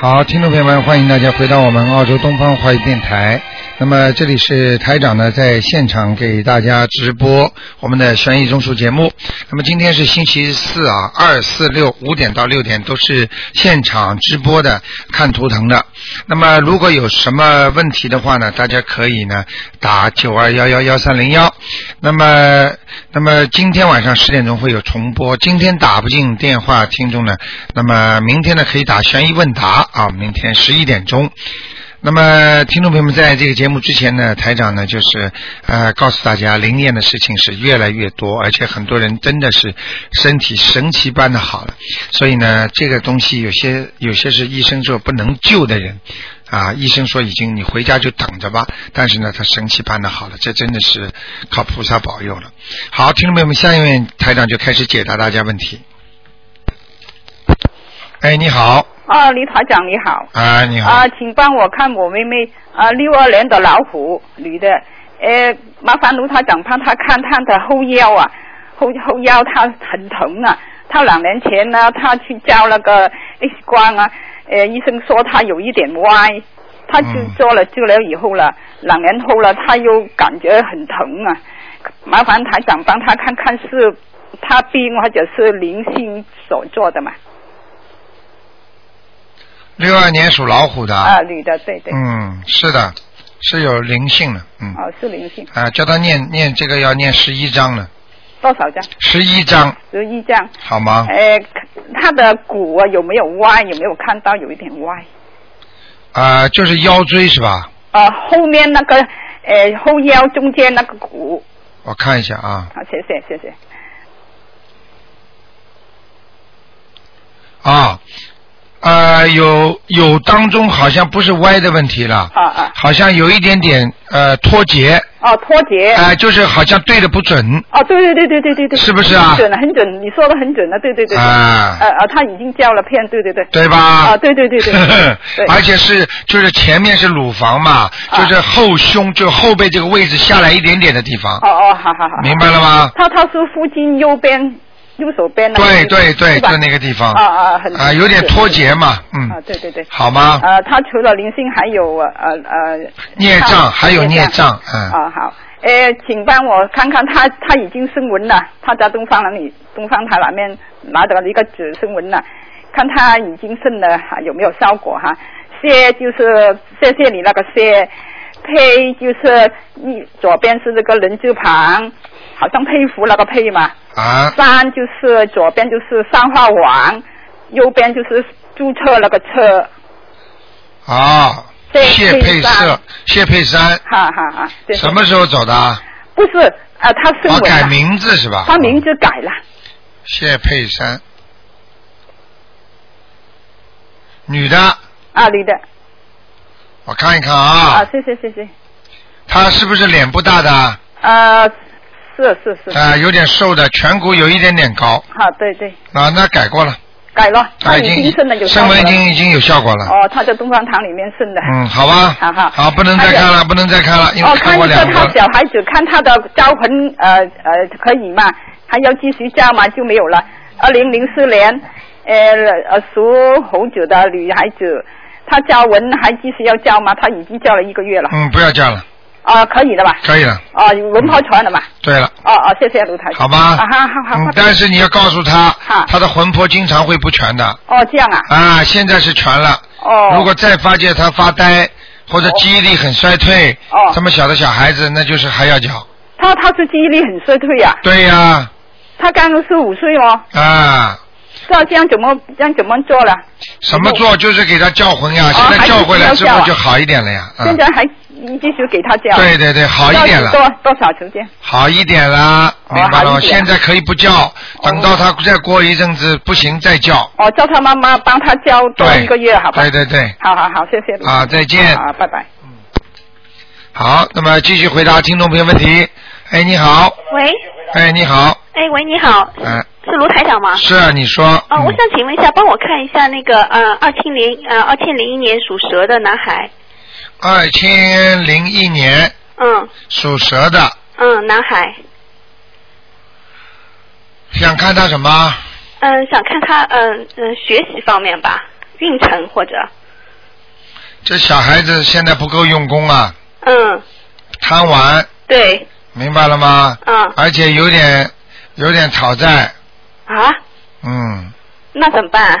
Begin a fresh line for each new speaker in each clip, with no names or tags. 好，听众朋友们，欢迎大家回到我们澳洲东方华语电台。那么这里是台长呢，在现场给大家直播我们的悬疑综述节目。那么今天是星期四啊，二四六五点到六点都是现场直播的，看图腾的。那么如果有什么问题的话呢，大家可以呢打九二幺幺幺三零幺。那么，那么今天晚上十点钟会有重播。今天打不进电话听众呢，那么明天呢可以打悬疑问答啊，明天十一点钟。那么，听众朋友们，在这个节目之前呢，台长呢就是呃告诉大家，灵验的事情是越来越多，而且很多人真的是身体神奇般的好了。所以呢，这个东西有些有些是医生说不能救的人啊，医生说已经你回家就等着吧，但是呢，他神奇般的好了，这真的是靠菩萨保佑了。好，听众朋友们，下面台长就开始解答大家问题。哎，你好
啊，李台长你好。
啊，你好，
啊，请帮我看我妹妹啊，六二年的老虎女的，呃，麻烦卢台长帮她看她的后腰啊，后后腰她很疼啊，她两年前呢，她去照那个 X 光啊，呃，医生说她有一点歪，她就
嗯
做了治疗以后了，两年后了，她又感觉很疼啊，麻烦台长帮她看看是她病或者是灵性所做的嘛？
六二年属老虎的。
啊，女的，对对，
嗯，是的，是有灵性的，嗯，
哦，是灵性，
啊，叫他念念这个要念十一章了，
多少张？
十一哦章
十一张。
好吗？
呃，他的骨啊有没有歪？有没有看到有一点歪？
啊、就是腰椎是吧？
呃，后面那个呃后腰中间那个骨，
我看一下啊，
好，谢谢谢谢。
啊，呃，有有当中好像不是歪的问题了，
啊啊，
好像有一点点呃脱节，
哦，脱节。
啊、就是好像对的不准，
哦，对对对对对对对，
是不是啊
很准很准，你说的很准的，对对对。对
啊
呃呃，他已经交了片，对对对。
对吧？
啊，对 对对对对。
而且是就是前面是乳房嘛，
啊
就是后胸就后背这个位置下来一点点的地方，
哦哦，好好好。
明白了吗？
他他是附近右边右手边那个
对
地方。
对对，
是吧
就那个地方
啊啊，很。
啊，有点
是
脱。节嘛，
啊
嗯，，
对对对。
好吗？
呃，他除了灵性还有呃呃
孽障还有孽障，嗯，
啊、好，呃，请帮我看看他，他已经升温了，他在东方那里，东方台那边拿到了一个纸升温了，看他已经升了哈有没有效果哈。谢就是谢谢你那个谢，佩就是一左边是这个人字旁，好像佩服那个佩嘛。
啊，
山就是左边就是三花王，右边就是注册那个车，
啊，
对
谢佩
佩
色
珊，
谢佩珊，
哈哈哈。谢谢
哎什么时候走的啊？
不是啊，他升
啊，
温
改
了，
名字是吧？
他名字改了。
谢佩珊，女的，
啊，女的
我看一看
啊，
啊，
谢谢谢谢，
她是不是脸不大的啊？
啊，是是是，
啊，有点瘦的，颧骨有一点点高
好对对，
啊，那改过了，
改了，
啊，
他
已
已
经
经升了有效
升
果
温已
了
经已经有效果了。
哦，他在东方堂里面升的，
嗯，好吧，
好好
不能再看了，不能再看了，因为
哦，
看
看
过
一个
两
他
个。
小孩子，看他的招魂，呃呃，可以吗？还要继续加吗？就没有了。二零零四年，呃呃，属猴子的女孩子，她交文还继续要交吗？她已经交了一个月了，
嗯，不要叫了，
啊，可以了吧？
可以了。
啊，文抛传了嘛？
对了，
哦哦，谢谢卢台长。
好吧。
啊好好好
嗯，。但是你要告诉他
好，
他的魂魄经常会不全的
哦，这样啊。
啊，现在是全了。
哦。
如果再发觉他发呆或者
哦
记忆力很衰退，
哦
这么小的小孩子，那就是还要叫。
他他是记忆力很衰退呀、
对呀，
他刚刚是五岁哦，
啊，
那这样怎么这样怎么做了？
什么
嗯
做就是给他叫魂呀，
哦
现在叫回来
还
之
是不要叫
后
啊
就好一点了呀。
现
嗯
在，还继续给他教，
对对对，好一点了。
到底多多少时间？
好一点啦，
哦
明白了吗？
好一点
现在可以不叫，等到他再过一阵子不行再叫。
哦，叫他妈妈帮他教多
对，
一个月，好吧？
对对对，
好好好，谢谢卢台长。
啊再见
啊，拜拜。
好，那么继续回答听众朋友问题。哎，你好，
喂，
哎，你好，
哎，喂，你好，
嗯、
是卢台长吗？
是啊，你说，
哦，我
嗯
想请问一下，帮我看一下那个呃，二千零呃二千零一年属蛇的男孩，
二千零一年
嗯
属蛇的，
嗯，男孩，
想看他什么？
呃嗯，想看他嗯嗯、学习方面吧，运程或者
这小孩子现在不够用功啊，
嗯，
贪玩，
对，
明白了吗？
嗯
而且有点有点讨债，
啊，
嗯，
那怎么办啊？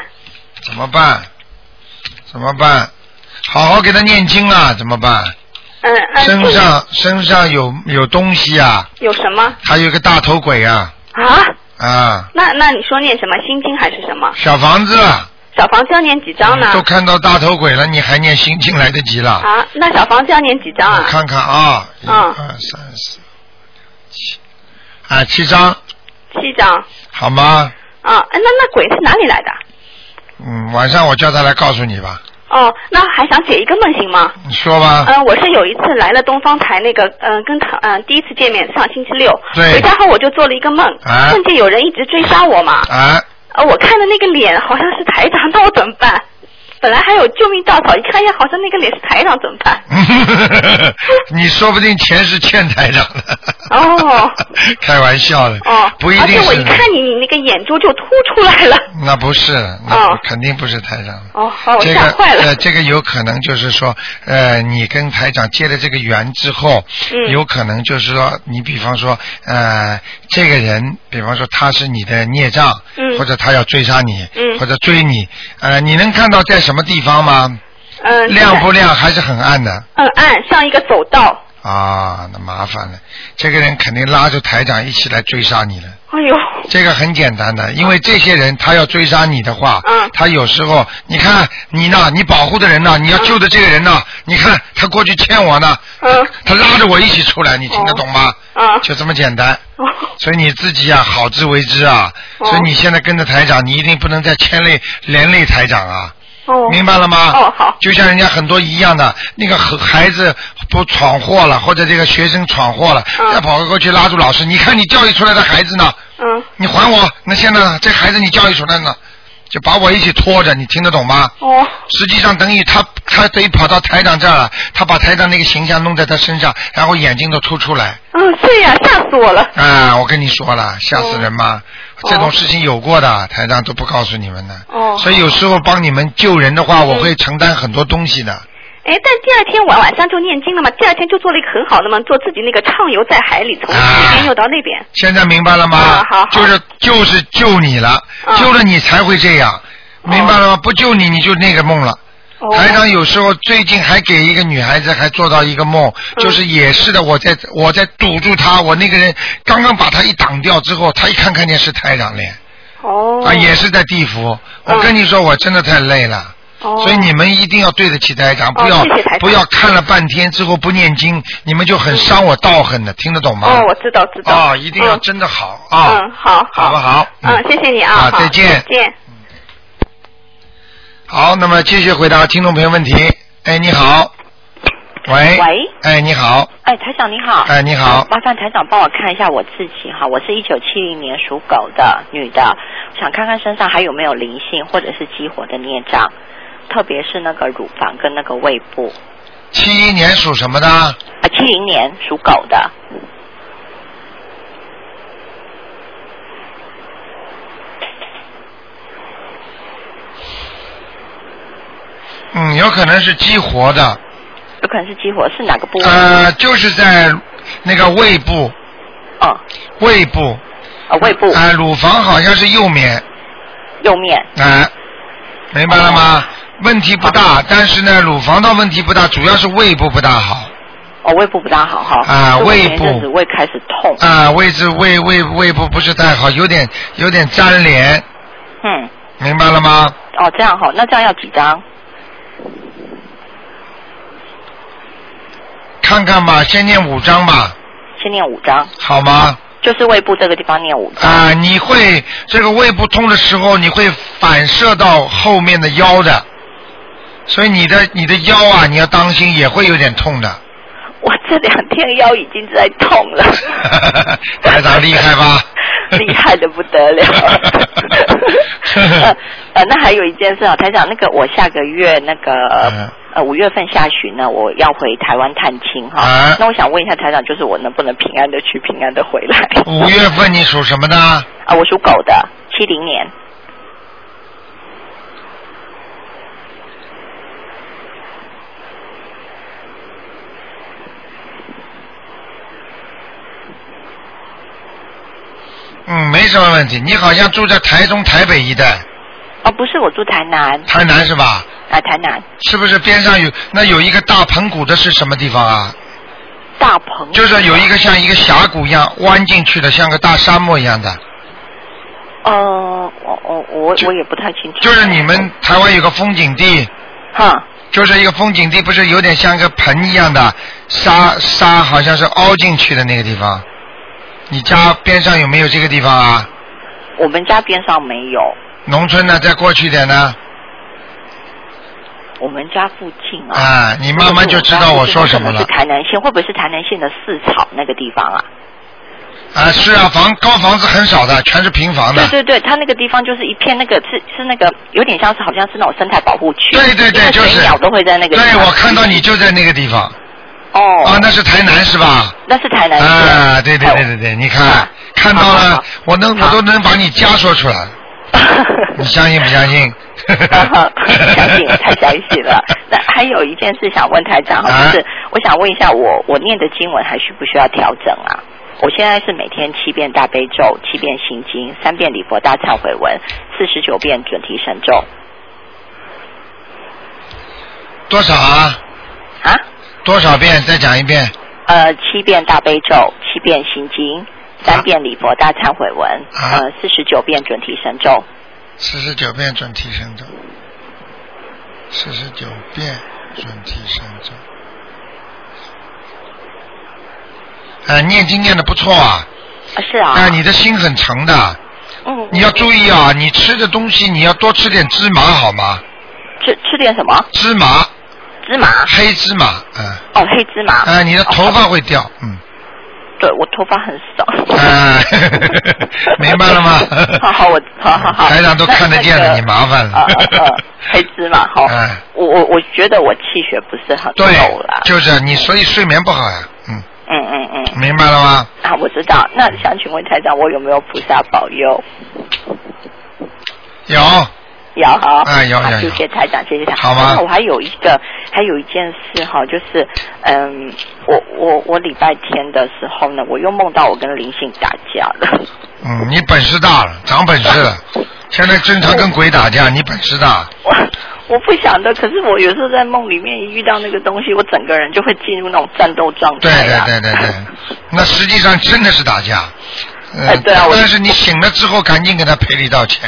怎么办？怎么办？好好给他念经啊，怎么办？
嗯嗯，
身上身上有有东西啊，
有什么
还有一个大头鬼啊
啊？
啊，
那那你说念什么心经还是什么？
小房子了，
小房子要念几张呢？
嗯都看到大头鬼了，你还念心经来得及了？
啊，那小房子要念几张
我
啊？
看看啊，一
嗯
二三四五六七，啊七张，
七张。
好吗？
啊，哎那那鬼是哪里来的？
嗯，晚上我叫他来告诉你吧，
哦，那还想解一个梦行吗？
你说吧。
嗯，我是有一次来了东方台那个，嗯，跟唐，嗯，第一次见面，上星期六，
对
回家后我就做了一个梦，
啊
梦见有人一直追杀我嘛，
啊，
呃，我看的那个脸好像是台长， 那我怎么办？本来还有救命稻草，一看呀，好像那个脸是台长，怎么办？
你说不定钱是欠台长的。
哦
开玩笑的。
哦，
不一
而且
定
我一
是。
看你，你那个眼珠就凸出来了。
那不是，那
哦
不肯定不是台长的。
哦，把我
这
吓
个
坏了。
呃，这个有可能就是说，呃，你跟台长结了这个缘之后，
嗯
有可能就是说，你比方说，呃，这个人，比方说他是你的孽障，
嗯
或者他要追杀你，
嗯
或者追你，呃，你能看到在什么地方吗？
嗯，
亮不
是的？
亮还是很暗的
嗯，暗，像一个走道。
啊，那麻烦了，这个人肯定拉着台长一起来追杀你了。
哎呦，
这个很简单的，因为这些人他要追杀你的话，
嗯
他有时候你看你呢，你保护的人呢，你要救的这个人呢，你看他过去欠我呢，
嗯
他拉着我一起出来，你听得懂吗？
啊，
就这么简单，
哦
所以你自己啊，好自为之啊。
哦
所以你现在跟着台长，你一定不能再牵累连累台长啊，
哦，
明白了吗？
哦，好，
就像人家很多一样的，那个和孩子不闯祸了，或者这个学生闯祸了，
嗯
再跑过去拉住老师，你看你教育出来的孩子呢？
嗯，
你还我！那现在呢？这孩子你教育出来呢，就把我一起拖着，你听得懂吗？
哦，
实际上等于他他得跑到台长这儿了，他把台长那个形象弄在他身上，然后眼睛都凸出来。
嗯，对呀，吓死我了。
啊，我跟你说了，吓死人吗？
哦
这种事情有过的，台长都不告诉你们的。
哦嗯
所以有时候帮你们救人的话，我会承担很多东西的。
哎，但第二天晚晚上就念经了嘛，第二天就做了一个很好的梦，做自己那个畅游在海里，从
啊
这边游到那边。
现在明白了吗
啊？好好
就是就是救你了，
嗯
救了你才会这样，明白了吗？不救你你就那个梦了。
哦，
台长有时候最近还给一个女孩子还做到一个梦，
嗯
就是也是的，我在我在堵住她，我那个人刚刚把她一挡掉之后，她一看看见是台长脸，
哦，
啊，也是在地府。我
嗯
跟你说，我真的太累了。
哦，
所以你们一定要对得起台长，不要
谢谢台长
不要看了半天之后不念经，你们就很伤我道行的，听得懂吗
哦，？我知道，知道。
啊，一定要
嗯
真的好啊！
嗯，好，
好不好嗯
嗯，谢谢你啊，
啊
好
再见
再见。
好，那么继续回答听众朋友问题。哎，你好，喂，
喂，
哎，你好，
哎，台长你好。
哎，你好，
麻烦台长帮我看一下我自己哈，我是一九七零年属狗的女的，想看看身上还有没有灵性或者是激活的孽障，特别是那个乳房跟那个胃部。
七一年属什么的？
啊，七零年属狗的，
嗯，有可能是激活的，
有可能是激活是哪个
嗯
部位？
呃，就是在那个胃部，
嗯，
哦
胃部，
呃，胃部、
啊、乳房好像是右面，
右面。
啊、明白了吗？问题不大，但是呢，乳房倒问题不大，主要是胃部不大好，
哦，胃部不大好哈。
啊
就我
胃
前一阵子
部
胃开始痛。
啊、位置胃胃胃部不是太好，有点有点粘连，
嗯，
明白了吗？
哦，这样哈，那这样要几张？
看看吧，先念五章吧，
先念五张，
好吗？
就是胃部这个地方念五张。
啊、你会这个胃不通的时候，你会反射到后面的腰的，所以你的你的腰啊，你要当心，也会有点痛的。，
我这两天腰已经在痛了
台长厉害吧
厉害的不 得了。呃呃，那还有一件事啊，台长，那个我下个月那
嗯
个呃五月份下旬呢，我要回台湾探亲哈、
啊
那我想问一下台长，就是我能不能平安的去，平安的回来？
五月份你属什么的？
啊，我属狗的，七零年。
嗯，没什么问题。你好像住在台中、台北一带，
哦，不是，我住台南
台南是吧？
啊，台南
是不是边上有那有一个大盆谷的是什么地方啊？
大鹏。
就是有一个像一个峡谷一样弯进去的，像个大沙漠一样的。
呃，我我我
就
我也不太清楚。
就是你们台湾有个风景地，
哈，
就是一个风景地，不是有点像一个盆一样的沙沙，好像是凹进去的那个地方。你
嗯
家边上有没有这个地方啊？
我们家边上没有，
农村呢，再过去一点呢，
我们家附近啊。
啊，你慢慢就知道我说什么
是
了。
台南县，会不会是台南县的四草那个地方啊？
啊，是啊，房高房子很少的，全是平房的。
对对对，它那个地方就是一片那个是是那个有点像是好像是那种生态保护区。
对对
因
对，
为
就是
水鸟都会在那个地方。
对，我看到你就在那个地方。
哦。
啊，那是台南是吧？
那是台南县。
啊，对对对
哎
对对，你看
啊
看到
好好
了
好，
我能我
好？
都能把你家说出来，你相信不相信
相信我太相信了。那还有一件事想问台长，
啊
就是我想问一下我，我念的经文还需不需要调整啊？我现在是每天七遍大悲咒、七遍心经、三遍礼佛大忏悔文、四十九遍准提神咒
多少啊？
啊，
多少遍？再讲一遍
呃，七遍大悲咒、七遍心经、三遍礼佛大忏悔文，
啊
呃，四十九遍准提神咒。啊
四十九遍准提神咒，四十九遍准提神咒。哎，念经念的不错啊！
啊，是啊。
哎，你的心很诚的，
嗯，
你要注意啊！你吃的东西你要多吃点芝麻好吗？
吃吃点什么？
芝麻，
芝麻
黑芝麻，嗯，
哦，黑芝麻。哦
啊，你的头发会掉，嗯，
对，我头发很少。
啊 明白了吗
好好，我好好 好。
台长都看得
那
见了
那个
你麻烦了
呃呃呃黑芝麻 好
嗯。
我我我觉得我气血不是很
对
够了，。
就是啊你，所以睡眠不好呀，嗯，
嗯嗯嗯。
明白了吗？
啊，我知道。那想请问台长，我有没有菩萨保佑？
有，
有哈，
哎有
好
有有
啊谢谢台长，谢谢台
好
长。
吗
那我还有一个，还有一件事哈，就是嗯，我我我礼拜天的时候呢，我又梦到我跟林性打架了。
嗯，你本事大了，长本事了，现在经常跟鬼打架，你本事大，
我我不想的，可是我有时候在梦里面一遇到那个东西，我整个人就会进入那种战斗状态、
对对
啊。
对对对，那实际上真的是打架，
哎
嗯，
对啊我
但是你醒了之后赶紧给他赔礼道歉，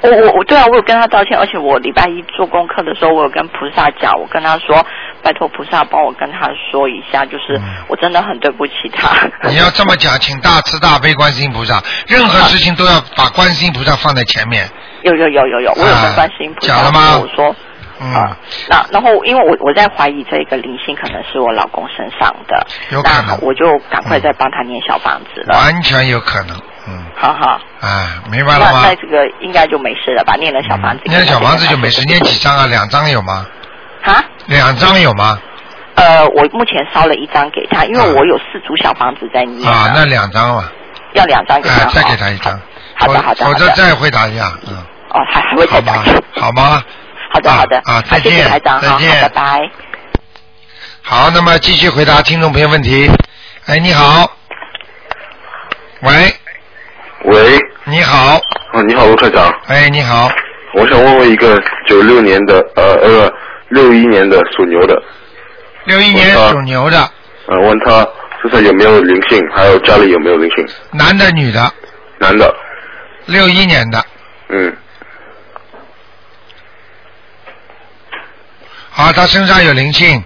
我我我对啊，我有跟他道歉，而且我礼拜一做功课的时候，我有跟菩萨讲，我跟他说，拜托菩萨帮我跟他说一下，就是
嗯
我真的很对不起他。
你要这么讲，请大慈大悲观世音菩萨，任何事情都要把观世音菩萨放在前面，
有有有有有，啊我有跟观世音菩萨
啊讲了吗
说我说。
嗯
啊，，那然后因为我我在怀疑这个灵性可能是我老公身上的，
有可
那
能
我就赶快再帮他念小房子了，
完全有可能，嗯，
好好。
啊，明白
那
了吗？嗯
那这个应该就没事了吧？念了小房子，
念小房子就没事，念几张啊？两张有吗？
啊？
两张有吗？
呃，我目前烧了一张给他，因为
啊
我有四组小房子在念的
啊，那两张吧，
要两张给他
哎，
哈，
再给他一张，
好
否
的好的
否
好
则
的，
再会打架，嗯，
哦，还还会
好
再打
吗
给。？
好吗？
好的
啊
好的，
啊
好
再
谢谢
见
台长啊
再
哈，好
见
拜拜。
好，那么继续回答听众朋友问题。哎，你好，喂，
喂，
你好，
啊，你好，卢科长，
哎，你好，
我想问问一个九六年的，呃呃，六一年的属牛的，
六一年
我
属牛的，
呃，问他身上有没有灵性，还有家里有没有灵性，
男的女的，
男的，
六一年的，
嗯，
啊，他身上有灵性，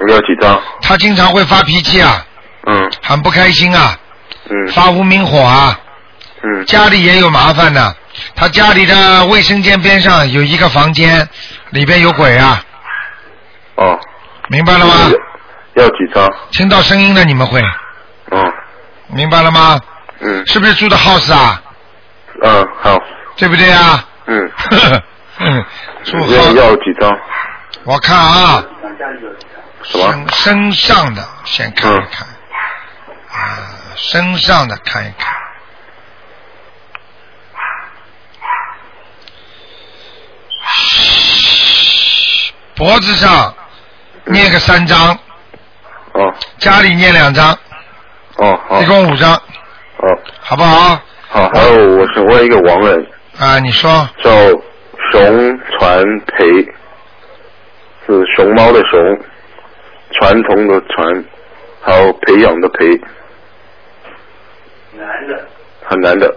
有没有几张？
他经常会发脾气啊，
嗯
很不开心啊，
嗯
发无名火啊，
嗯
家里也有麻烦的、他家里的卫生间边上有一个房间，里边有鬼啊，
哦，嗯
明白了吗？
要几张？
听到声音了你们会，
嗯
明白了吗？
嗯
是不是住的 house 啊？
嗯好，
对不对 啊？
嗯，
呵呵嗯，住
要
house，
要几张？
我看啊，
什么？
身身上的先看一看，啊，身上的看一看。脖子上念个三张，
哦
家里念两张，
哦好
一，共五张，
哦
好不好？
好，还有我想问一个亡人
啊，你说
叫熊传培，是熊猫的熊，传统的传，还有培养的培，
男的，
很难的。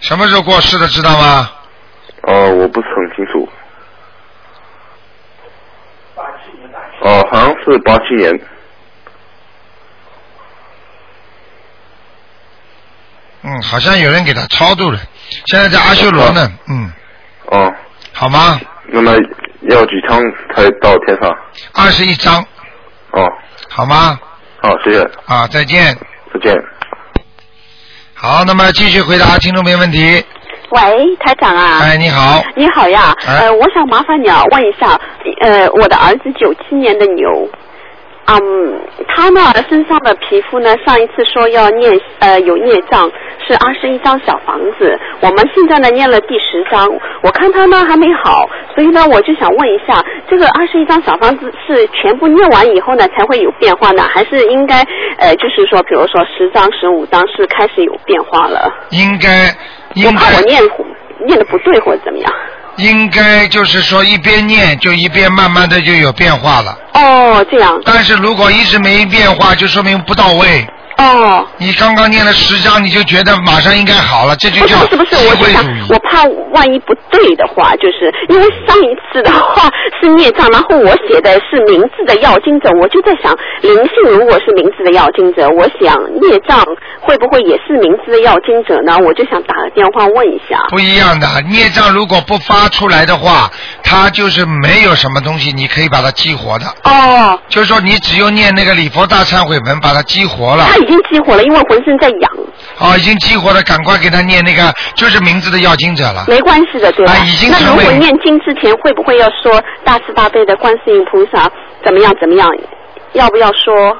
什么时候过世的知道吗？
哦，我不是很清楚。
八七年打七，
哦，好像是八七年。
嗯，好像有人给他超度了，现在在阿修罗呢。嗯，
哦，
好吗？
那么要几张才到天上？
二十一章，
哦，
好吗？
好，谢谢，
啊，再见。
再见。
好，那么继续回答听众朋友问题。
喂，台长啊。
哎，你好，
你好呀，
哎
呃，我想麻烦你啊，问一下，呃，我的儿子九七年的牛，嗯，他呢身上的皮肤呢，上一次说要念呃有孽障，是二十一张小房子，我们现在呢念了第十张，我看他呢还没好，所以呢我就想问一下，这个二十一张小房子是全部念完以后呢才会有变化呢，还是应该呃就是说，比如说十张、十五张是开始有变化了？
应该
我
应
怕我
该
念念的不对或者怎么样。
应该就是说一边念就一边慢慢的就有变化了，
哦，这样，
但是如果一直没变化，就说明不到位。
哦，
你刚刚念了十章，你就觉得马上应该好了，这就
不是
叫
不是不是，
机
我就
会
想
主义
我。怕万一不对的话，就是因为上一次的话是孽障，然后我写的是名字的要经者，我就在想灵性如果是名字的要经者，我想孽障会不会也是名字的要经者呢？我就想打个电话问一下。
不一样的孽障，如果不发出来的话，它就是没有什么东西，你可以把它激活的。
哦，
就是说，你只有念那个礼佛大忏悔文，把它激活了
他。已经激活了，因为浑身在痒，
哦，已经激活了，赶快给他念那个就是名字的要经者了。
没关系的，对吧？
啊已经
那
成
如
为
果念经之前会不会要说大慈大悲的观世音菩萨怎么样怎么样？要不要说？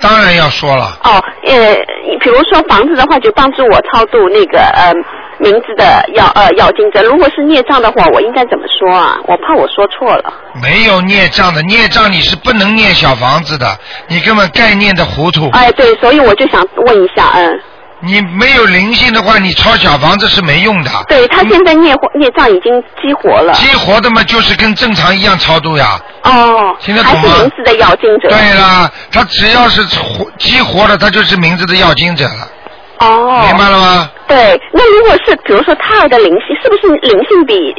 当然要说了，
哦，呃，比如说房子的话，就帮助我超度那个呃名字的要呃要经者。如果是孽障的话，我应该怎么说啊？我怕我说错了。
没有孽障的，孽障你是不能念小房子的，你根本概念的糊涂。
哎，对，所以我就想问一下，嗯，
你没有灵性的话，你抄小房子是没用的。
对他现在孽孽障已经激活了，
激活的嘛，就是跟正常一样超度呀。
哦，
听得懂
还
吗
是名字的要经者。
对啦，他只要是活激活了，他就是名字的要经者了，
哦，
明白了吗？
对，那如果是比如说胎儿的灵性，是不是灵性比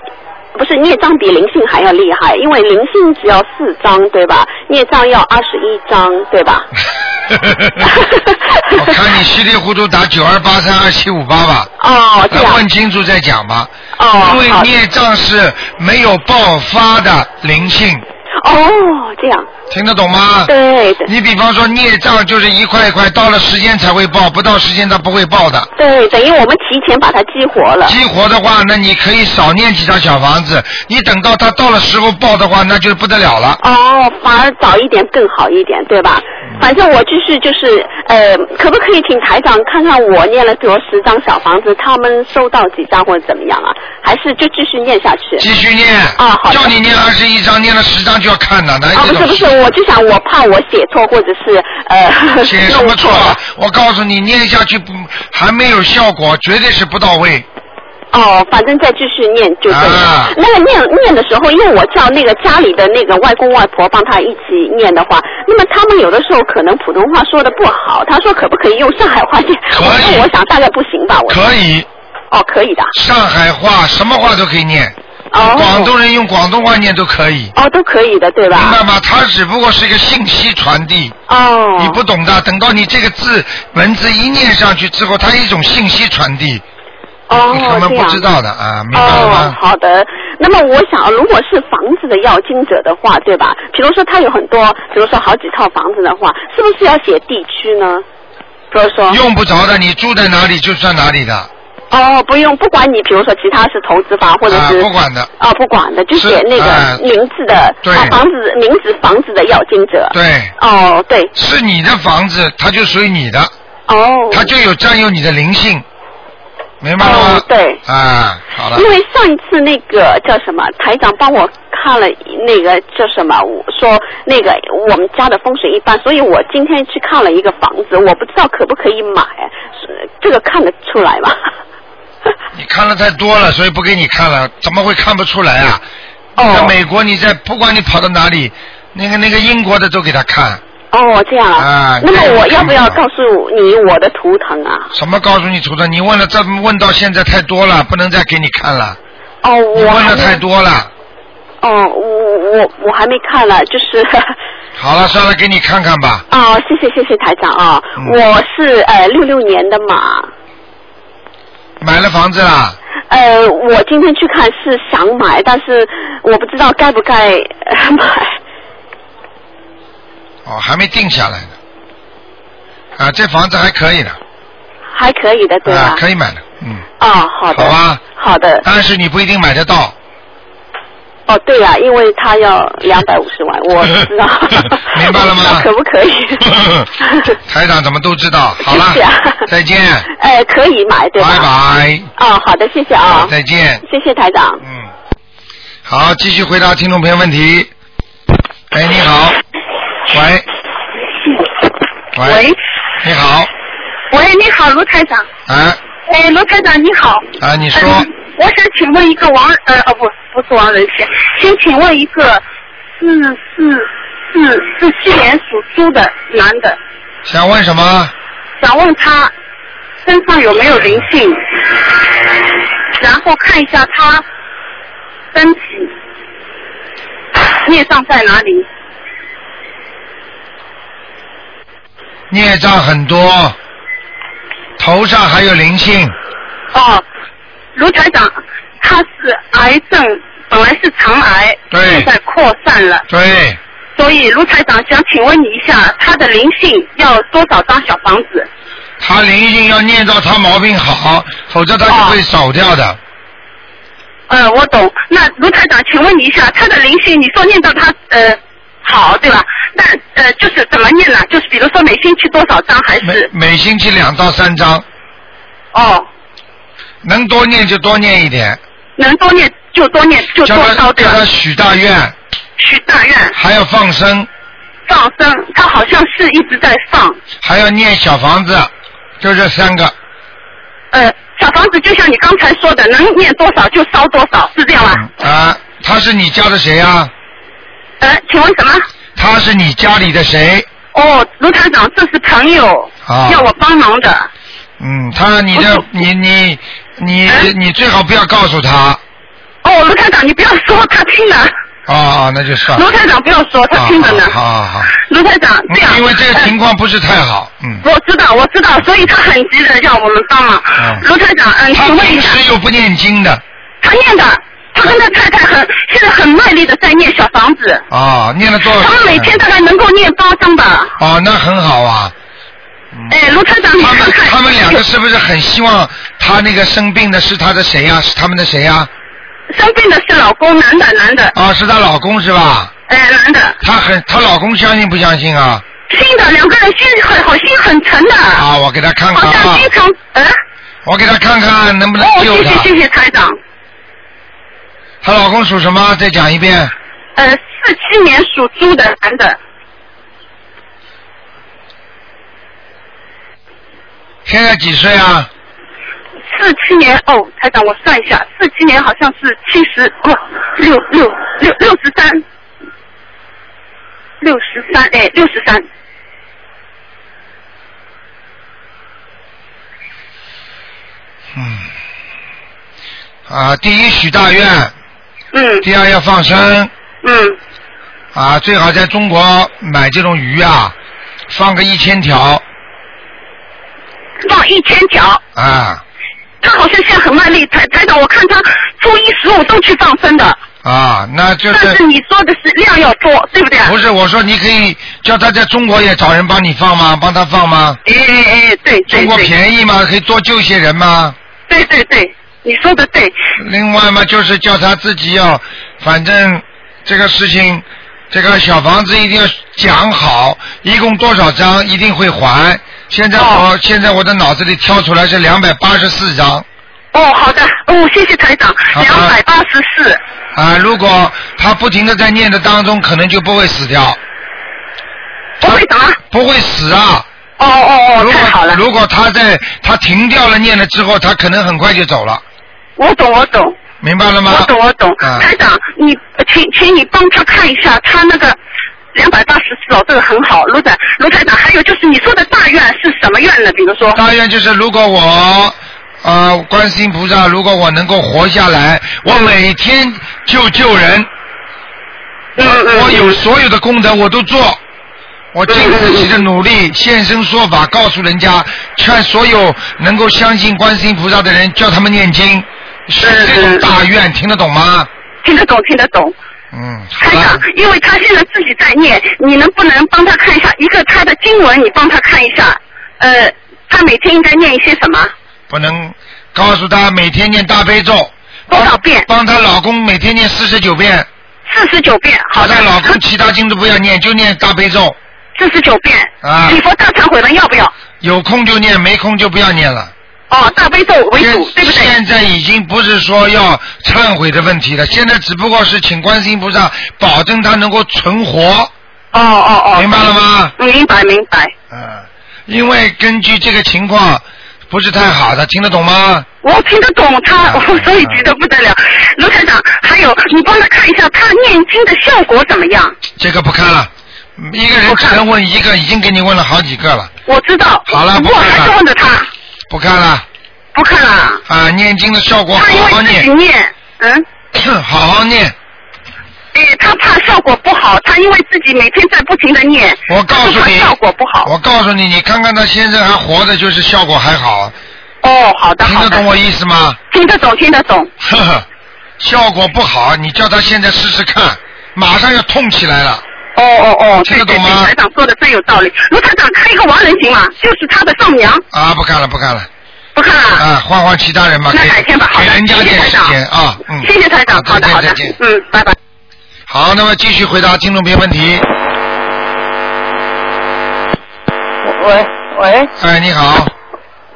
不是孽障比灵性还要厉害？因为灵性只要四张，对吧？孽障要二十一张，对吧？
我看你稀里糊涂打九二八三二七五八吧，
哦，这
那
样
问清楚再讲吧。
哦，
因为
好，
孽障是没有爆发的灵性，
哦，这样，
听得懂吗？
对的，
你比方说孽障就是一块一块，到了时间才会爆，不到时间它不会爆的。
对，等于我们提前把它激活了。
激活的话，那你可以少念几张小房子。你等到它到了时候爆的话，那就不得了了。
哦，反而早一点更好一点，对吧？
嗯
反正我就是就是呃，可不可以请台长看看我念了比如十张小房子，他们收到几张或者怎么样啊？还是就继续念下去？
继续念，
啊好的
叫你念二十一章，念了十章就要看了，哪有
啊，
这
不
种
是不
事
是，我就想我怕我写错或者是呃
写什
弄
么错
了
啊？我告诉你，念下去不还没有效果，绝对是不到位。
哦，反正再继续念就对了。
啊
那个念念的时候，因为我叫那个家里的那个外公外婆帮他一起念的话，那么他们有的时候可能普通话说的不好，他说可不可以用上海话念？
可以
我说我想大概不行吧，我
可以，
哦可以的，
上海话什么话都可以念，
哦
广东人用广东话念都可以，
哦都可以的对
明白
吧？
吗？它只不过是一个信息传递，
哦，
你不懂的。等到你这个字文字一念上去之后，它一种信息传递，
哦
你根本
这
不
样
知道的啊，明白了
哦
吗，？
好的。那么我想，如果是房子的要经者的话，对吧？比如说他有很多，比如说好几套房子的话，是不是要写地区呢？比如说，
用不着的，你住在哪里就算哪里的
哦，不用，不管你，比如说其他是投资房或者
啊，
是
不管的。
哦不管的，就是写那
哎
个名字的、
对
啊房子名字房子的要经者。
对，
哦，对，
是你的房子，它就属于你的，
哦，
它就有占有你的灵性，明白了吗？
哦对
啊，好了
因为上一次那个叫什么台长帮我看了那个叫什么，我说那个我们家的风水一般，所以我今天去看了一个房子，我不知道可不可以买，是这个看得出来吗？
你看了太多了，所以不给你看了，怎么会看不出来啊？
哦
在美国，你在不管你跑到哪里，那个那个英国的都给他看
哦，这样
啊
那
这
么
个
我
看
要不
不
要
到
告诉你我的图腾啊？
什么告诉你图腾？你问了这问到现在太多了，不能再给你看了，
哦，
你
我
问
还
的
没
太多了。
哦，我我我还没看了，就是。
好了，算了，给你看看吧。
哦，谢谢谢谢台长啊、
嗯
我是呃六六年的马，
买了房子啦，
呃，我今天去看是想买，但是我不知道该不该呃买。
哦，还没定下来呢。啊，这房子还可以的，
还可以的，对吧
啊，？可以买的，嗯，
哦，好的。
好吧
好的，
但是你不一定买得 到。。
哦，对呀、因为他要两百五十万，我知 道
明白了吗？
可不可以
台长怎么都知道。好了
谢谢啊，
再见，
呃，可以买，对吧？
拜拜，
哦，好的，谢谢啊、
再见。
谢谢台长。
嗯，好，继续回答听众朋友问题。哎，你好，喂，喂，你好，
喂，你好，卢台长。
啊
哎，卢台长你好。
啊，你说，
嗯我想请问一个王呃哦不不是王仁贤，先请问一个四四四四七年属猪的男的，
想问什么？
想问他身上有没有灵性，然后看一下他身体孽障在哪里。
孽障很多，头上还有灵性，
哦，卢台长，他是癌症，本来是肠癌，
对
现在扩散了。
对，
所以卢台长想请问你一下，他的灵性要多少张小房子？
他灵性要念到他毛病好，否则他
哦
就会少掉的。
呃，我懂。那卢台长，请问你一下，他的灵性，你说念到他呃好对吧？那呃就是怎么念呢？就是比如说每星期多少张还
每
是？
每星期两到三章，
哦，
能多念就多念一点，
能多念就多念，就
叫
多
他
烧
叫
掉。
他许大愿，
许大愿
还要放生，
放生，他好像是一直在放。
还要念小房子，就这三个。
呃，小房子就像你刚才说的，能念多少就烧多少，是这样吧？
嗯啊，他是你家的谁啊？
呃，请问什么？
他是你家里的谁？
哦，卢台长，这是朋友、
啊
要我帮忙的。
嗯，他你的你你你
哎
你最好不要告诉他。
哦，卢台长，你不要说，他听了。
哦哦，那就算了啊
卢。台长，不要说，他听着呢。
好好好好。
卢台长，这样。
因为这个
呃
情况不是太好，嗯。
我知道，我知道，所以他很急的要我们帮忙
嗯。
卢台长，嗯，
他
请问一
平
下，
时又不念经的
他念的，他跟他太太很现在很卖力的在念小房子，
啊，念了多少？
他们每天大概能够念八张吧。
哦，那很好啊。
哎，卢台长，你
他
看
们
看。
他们两个是不是很希望他那个生病的是他的谁呀、啊是他们的谁呀、
生病的是老公，男的，男的，
啊？是她老公是吧？
哎，男的，
她很她老公相信不相信啊？
新的两个人心很好，心很沉的。
啊，我给他看看
好像
啊，
经常呃，
我给他看看能不能
哦，
救
谢谢
他。
谢谢台长，
她老公属什么？再讲一遍。
呃，四七年属猪的男的，
现在几岁啊？
四七年哦，台长我算一下，四七年好像是七十不六六六六十三，六十三哎六十三，
嗯。啊，第一许大愿，
嗯
第二要放生，
嗯
啊，最好在中国买这种鱼啊，放个一千条
哦放一千条，
啊
他好像现在很卖力，台台长我看他初一十五都去放生的，
啊，那就
但是
是
你说的是量要多，对不对？
不是我说你可以叫他在中国也找人帮你放吗？帮他放吗？
哎哎哎，对对
中国
对，
便宜吗？可以多救些人吗？
对对对，你说的对，
另外嘛，就是叫他自己要，反正这个事情，这个小房子一定要讲好，一共多少张
哦
一定会还。现在我、现在我的脑子里跳出来是两百八十四张，
哦，好的，哦，谢谢台长，
好
两
吧
百八十四。
啊，如果他不停的在念的当中，可能就不会死掉。
不会什么？
不会死啊！
哦哦哦，
如
太好
果
了，
如果他在他停掉了念了之后，他可能很快就走了，
我懂我懂。
明白了吗？
我懂，我懂。
啊
台长，你请请你帮他看一下他那个两百八十四，哦这个很好。卢台卢台长，还有就是你说的大愿是什么愿呢？比如说，
大愿就是如果我。啊、观世音菩萨，如果我能够活下来，我每天就救人，
嗯嗯，
我有所有的功德我都做，我尽自己的努力现身说法，告诉人家，劝所有能够相信观世音菩萨的人，叫他们念经，是
嗯
这种
嗯
大愿，听得懂吗？
听得懂，听得懂。
嗯，好
台
了
长，，因为他现在自己在念，你能不能帮他看一下一个他的经文？你帮他看一下，呃，他每天应该念一些什么？
不能告诉她每天念大悲咒，
多少遍？
帮她老公每天念四十九遍，
四十九遍。好
叫
的
她，老公其他经都不要念，就念大悲咒，
四十九遍。
啊
礼佛大忏悔文要不要？
有空就念，没空就不要念了。
哦，大悲咒为
现
主，对不对？
现在已经不是说要忏悔的问题了，现在只不过是请观世音菩萨保证他能够存活，
哦哦哦，
明白了吗？
明白明白，
嗯，因为根据这个情况不是太好的，听得懂吗？
我听得懂他，
啊
我 所以急得不得了。卢台长，还有你帮他看一下他念经的效果怎么样？
这个不看了，嗯一个人
不
只
看
能问一个，已经给你问了好几个了，
我知道，
好了不
哦我
看了
还是问的他，
不看了
不看了。
啊！念经的效果
他
好好
因为自己
念，
念，嗯，
好好念。
哎，他怕效果不好，他因为自己每天在不停的念，
我告诉
他
你
怕效果不好
我。告诉你，你看看他先生还活着，就是效果还好，
哦，好的
听
好
得
的，
懂我意思吗？
听得懂听得懂。
呵呵， 效果不好，你叫他现在试试看，马上要痛起来了。
哦哦哦，
听得
对对对，
懂吗
台长说的最有道理。卢台长看一个亡人行吗？就是他的丈母娘，
啊，不看了，不看了，
不看了。
啊，换换其他人吧，
那
给
改天吧，好
给
的，
人家
谢谢
点
台
时
长
间啊，嗯，
谢谢台长，好的
再
好
见再
的
见，，
嗯，拜拜。
好，那么继续回答听众朋友问题。
喂喂
哎，你好，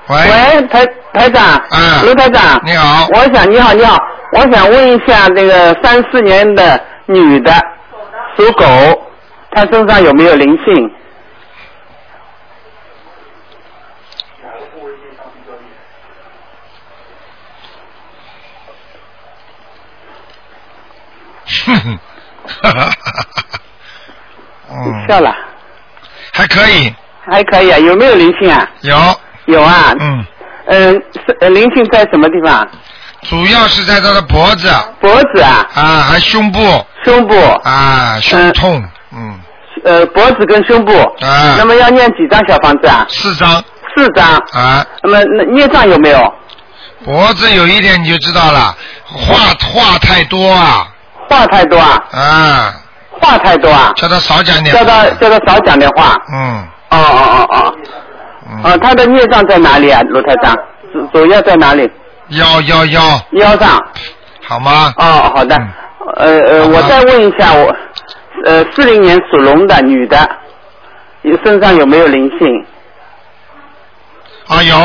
喂，
喂，台台长，
嗯
卢台长，
你好
我想你好你好，我想问一下那个三四年的女的，属狗，她身上有没有灵性？
哼哼 哈哈哈哈哈
笑
嗯，
了，
还可以，
还可以啊，有没有灵性啊？
有，
有啊，
嗯，
嗯，是呃灵性在什么地方？
主要是在他的脖子
脖子啊，
啊，还胸部
胸部，
啊，胸
嗯
痛，嗯，
呃，脖子跟胸部，
啊
那么要念几张小房子啊？
四张
四张。
啊。
那么那孽障有没有？
脖子有一点你就知道了，话话太多啊
话太多啊，
啊，
话太多啊，
叫他少讲点。
叫他叫他少讲点话。
嗯
哦哦哦哦，
嗯，
哦，他的孽障在哪里啊，卢台长？主主要在哪里？
幺幺幺，
腰上。
好吗？
哦，好的
嗯。
呃呃，
好吧
我再问一下，我呃四零年属龙的女的，你身上有没有灵性？
啊有，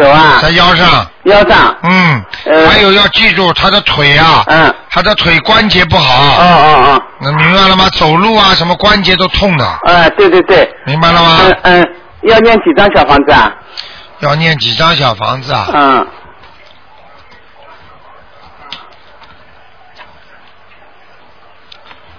有啊，
在腰上，
腰上。
嗯，
呃
还有要记住他的腿啊，
嗯。
他的腿关节不
哦
好，
哦哦，
能明白了吗？走路啊什么关节都痛的，
呃，对对对。
明白了
嗯
吗？
嗯，要念几张小房子啊？
要念几张小房子啊？
嗯。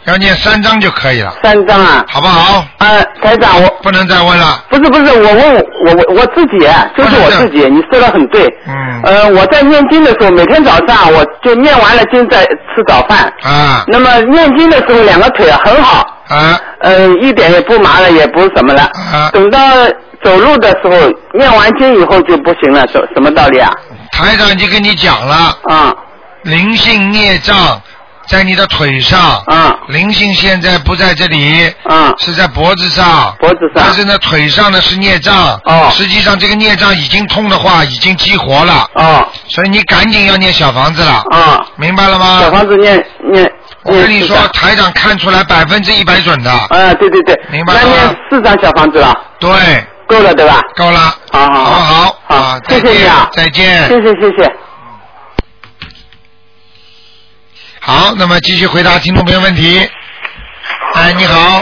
要念三张就可以了，
三张啊。
好不好？
呃，台长，我
不能再问了，
不是不是，我问我我我自己啊，就是我自己，你说的很对。
嗯
呃，我在念经的时候，每天早上啊我就念完了经再吃早饭。
啊
那么念经的时候，两个腿很好，
啊
呃，一点也不麻了，也不什么了。
啊！
等到走路的时候，念完经以后就不行了，什什么道理啊？
台长已经跟你讲了。
啊、
灵性孽障在你的腿上，
啊
灵性现在不在这里，
啊、
是在脖子上，
脖子上
但是呢，腿上呢是孽障，
哦
实际上这个孽障已经痛的话，已经激活了，
哦
所以你赶紧要念小房子了，
啊，
明白了吗？
小房子念念。
我跟你
念四
说
张，
台长看出来百分之一百准的，
啊，对对对，
明白了
那
吗
念四张小房子了，
对，
够了对吧？
够了，
好好
好不好？
好
啊，
谢
再
谢你
见
啊，
再见。
谢谢谢谢。
好，那么继续回答听众朋友问题。哎，你好。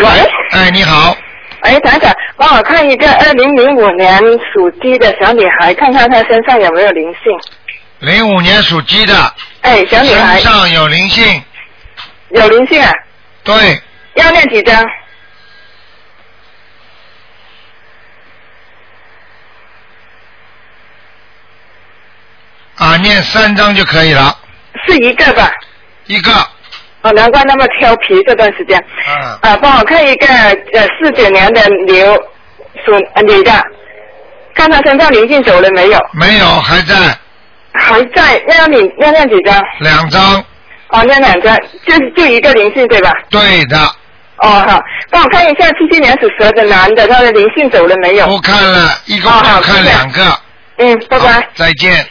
喂。
哎，你好。
哎，台长，帮我看一个二零零五年属鸡的小女孩，看看她身上有没有灵性。
零五年属鸡的。
哎，小女孩
身上有灵性。
有灵性啊？
对，
要念几张？
啊，念三张就可以了。
是一个吧？
一个。
哦，难怪那么调皮这段时间。
嗯。
啊，帮我看一个呃四九年的牛属呃女的，看她身上灵性走了没有？
没有，还在
还在，那要你要念几张？
两张。
哦，那两张，就是就一个灵性对吧？
对的，
哦好，帮我看一下七七年属蛇的男的，他的灵性走了没有？
不看了，一共
哦、好
就看两。
谢谢
个。
嗯，拜拜。
再见。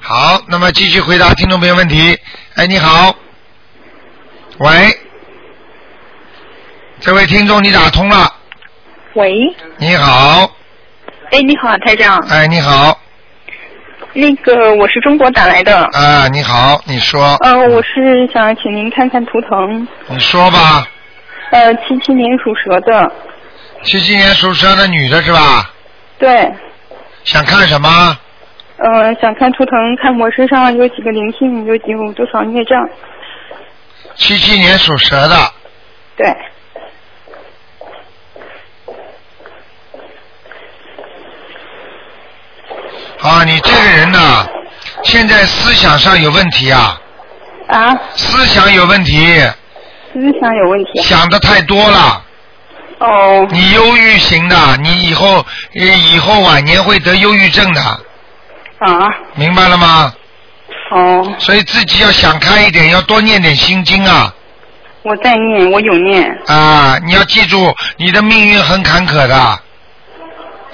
好，那么继续回答听众朋友问题。哎，你好，喂，这位听众你打通了，
喂，
你好，
哎，你好，台长。
哎，你好，
那个我是中国打来的。
啊，你好，你说，
呃，
嗯
我是想请您看看图腾。
你说吧，
呃，七七年属蛇的，
七七年属蛇的女的是吧？
对，
想看什么？
呃，想看图腾，看我身上有几个灵性，有几有多少孽障。
七七年属蛇的，
对，
啊，你这个人呐，现在思想上有问题啊，
啊，
思想有问题，
思想有问题。啊
想的太多了。
哦。
你忧郁型的，你以后呃以后晚年会得忧郁症的，
啊，
明白了吗？
哦，
所以自己要想开一点，要多念点心经啊
我在念，我有念。
啊！你要记住，你的命运很坎坷的，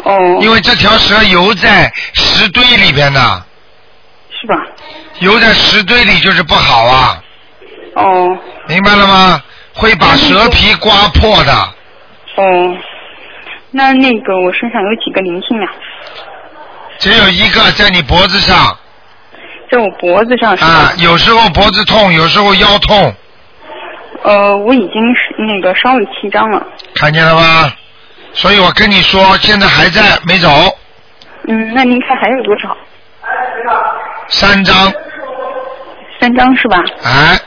哦。
因为这条蛇游在石堆里边呢，
是吧？
游在石堆里就是不好啊，
哦
明白了吗？会把蛇皮刮破的。
哦，那那个我身上有几个灵性啊？
只有一个在你脖子上
在我脖子上是吧？
啊，有时候脖子痛，有时候腰痛，
呃，我已经是那个烧了七张了。
看见了吗？所以我跟你说，现在还在没走，
嗯，那您看还有多少？
三张，
三张是吧？
哎，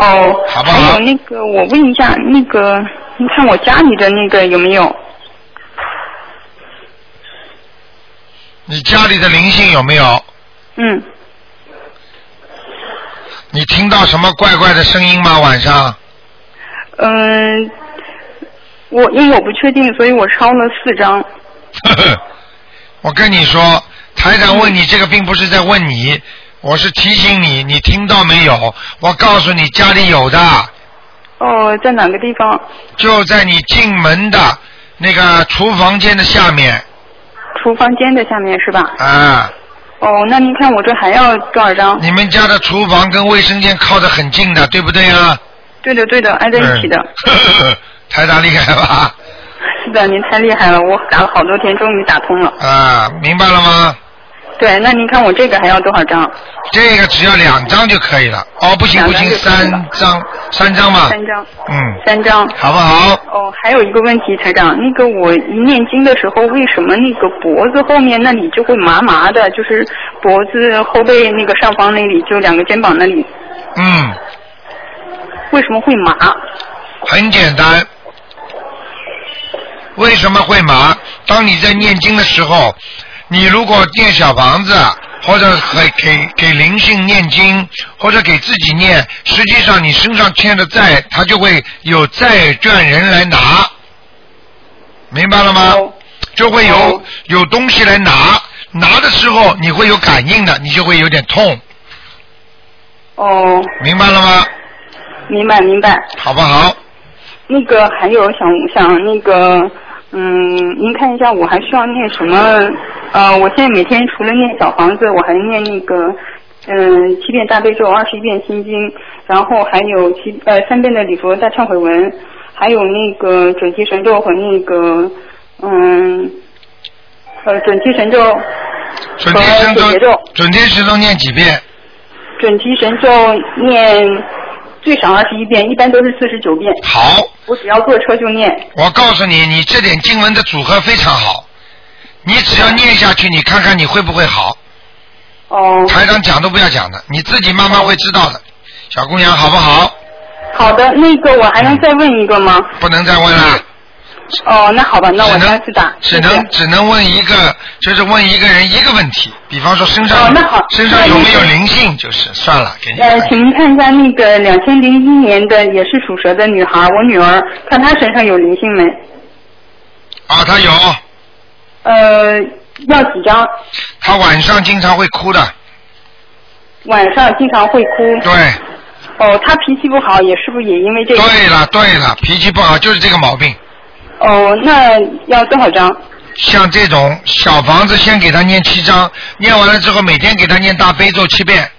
哦，
啊
好不
还
好
有？那个，我问一下，那个，你看我家里的那个有没有？
你家里的灵性有没有？
嗯，
你听到什么怪怪的声音吗？晚上
嗯、我因为我不确定，所以我烧了四张。
我跟你说，台长问你这个，并不是在问你，我是提醒你，你听到没有？我告诉你，家里有的，
哦，在哪个地方？
就在你进门的那个厨房间的下面
厨房间的下面是吧？
啊。
哦，那您看我这还要多少张？
你们家的厨房跟卫生间靠得很近的，对不对啊？
对的，对的，挨在一 起的。
嗯台长厉害吧？
是的，您太厉害了，我打了好多天，终于打通了。
啊，明白了吗？
对，那您看我这个还要多少张？
这个只要两张就可以了。哦，不行不行，三张，三张吧。
三张，
嗯，
三张，
好不好？
哦，还有一个问题，台长，那个我一念经的时候，为什么那个脖子后面那里就会麻麻的？就是脖子后背那个上方那里，就两个肩膀那里，
嗯，
为什么会麻？
很简单。为什么会麻？当你在念经的时候，你如果念小房子，或者给给给灵性念经，或者给自己念，实际上你身上欠的债，他就会有债权人来拿，明白了吗？就会有有东西来拿，拿的时候你会有感应的，你就会有点痛，
哦，
明白了吗？
明白明白。
好不好？
那个还有想想那个，嗯，您看一下我还需要念什么？呃，我现在每天除了念小房子，我还念那个，嗯、七遍大悲咒，二十一遍心经，然后还有七呃三遍的礼佛大忏悔文，还有那个准提神咒和那个嗯，呃准提神咒
准提神
和解
咒
咒，
准提神咒念几遍？
准提神咒念最少二十一遍，一般都是四十九遍。
好。
我只要坐车就念。
我告诉你，你这点经文的组合非常好，你只要念下去，你看看你会不会好。
哦。
台长讲都不要讲的，你自己慢慢会知道的，小姑娘好不好？
好的，那个我还能再问一个吗？
不能再问
嗯
了。
哦，那好吧，那我
只能
下次打。
只能哎只能问一个，就是问一个人一个问题，比方说身上、
哦那好
身上
那
有没有
那个
灵性，就是算了，给你
呃，请您看一下那个两千零一年的，也是属蛇的女孩，我女儿，看她身上有灵性没？
啊，他有，
呃，要几张？
他晚上经常会哭的，
晚上经常会哭。
对。
哦，她脾气不好，也是不是也因为这个？
对了对了，脾气不好就是这个毛病。
哦，那要多少张？
像这种小房子，先给他念七章，念完了之后，每天给他念大悲咒七遍。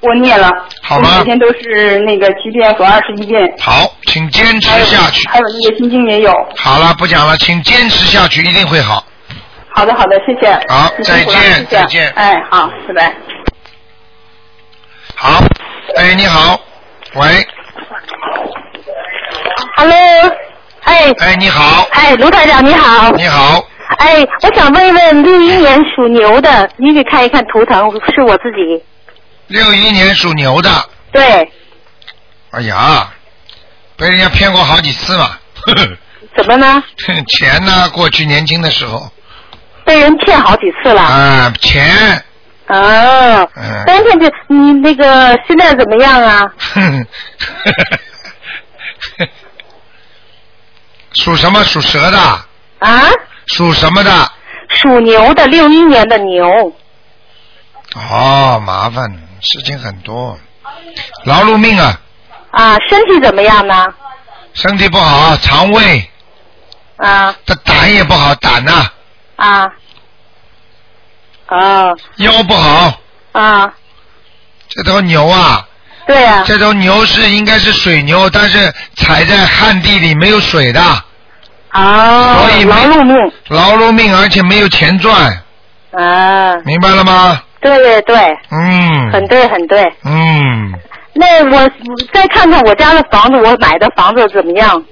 我念了，
好
我
吗
每天都是那个七遍和二十一遍，
好，请坚持下去。
还有那个心经也有。
好了，不讲了，请坚持下去，一定会好。
好的，好的，谢谢。
好
你辛苦了
再见
谢谢
再见
哎，好，拜拜。
啊
好，哎，你好，喂，
Hello，哎，
哎，你好，
哎，卢台长你好，
你好，
哎，我想问一问六一年属牛的，你给看一看图腾，是我自己，
六一年属牛的，
对，
哎呀，被人家骗过好几次 嘛。呵呵
怎么呢？
钱呢？过去年轻的时候，
被人骗好几次了，
啊，钱，
哦，
嗯，
但是这你那个现在怎么样 啊？
哼属什么？属蛇的，
啊，
属什么的？
属牛的，六一年的牛，
哦，麻烦，事情很多，劳碌命啊，
啊，身体怎么样呢？
身体不好，肠胃，
啊
他胆也不好，胆呐、
啊，哦
腰不好，
啊，
这头牛啊，
对啊，
这头牛是应该是水牛，但是踩在旱地里没有水的，
哦
所以，
劳
没
碌命，
劳碌命，而且没有钱赚，
啊，
明白了吗？
对对对，
嗯，
很对很对。
嗯，
那我再看看我家的房子，我买的房子怎么样？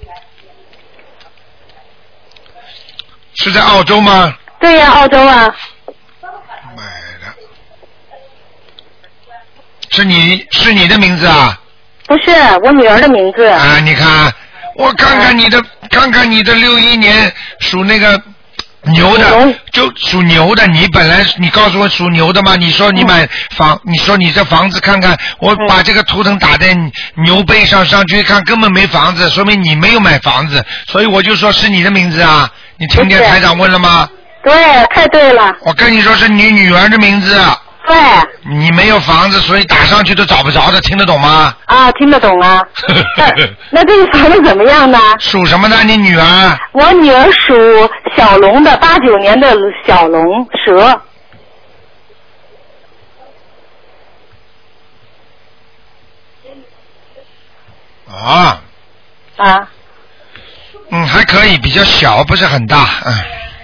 是在澳洲吗？
对呀、澳洲啊，
是你是你的名字啊？
不是我女儿的名字。
啊，你看，我看看你
嗯
的，看看你的六一年属那个牛的，就属牛的。你本来你告诉我属牛的嘛，你说你
嗯
买房，你说你这房子看看，我把这个图腾打在牛背上上去一看，根本没房子，说明你没有买房子，所以我就说是你的名字啊。你听见
不是
台长问了吗？
对，太对了，
我跟你说是你女儿的名字，啊
对
你没有房子，所以打上去都找不着的，听得懂吗？
啊，听得懂啊。那这个房子怎么样呢？
属什么呢？你女儿？
我女儿属小龙的，八九年的小龙蛇。
啊，
啊
嗯，还可以，比较小，不是很大，嗯。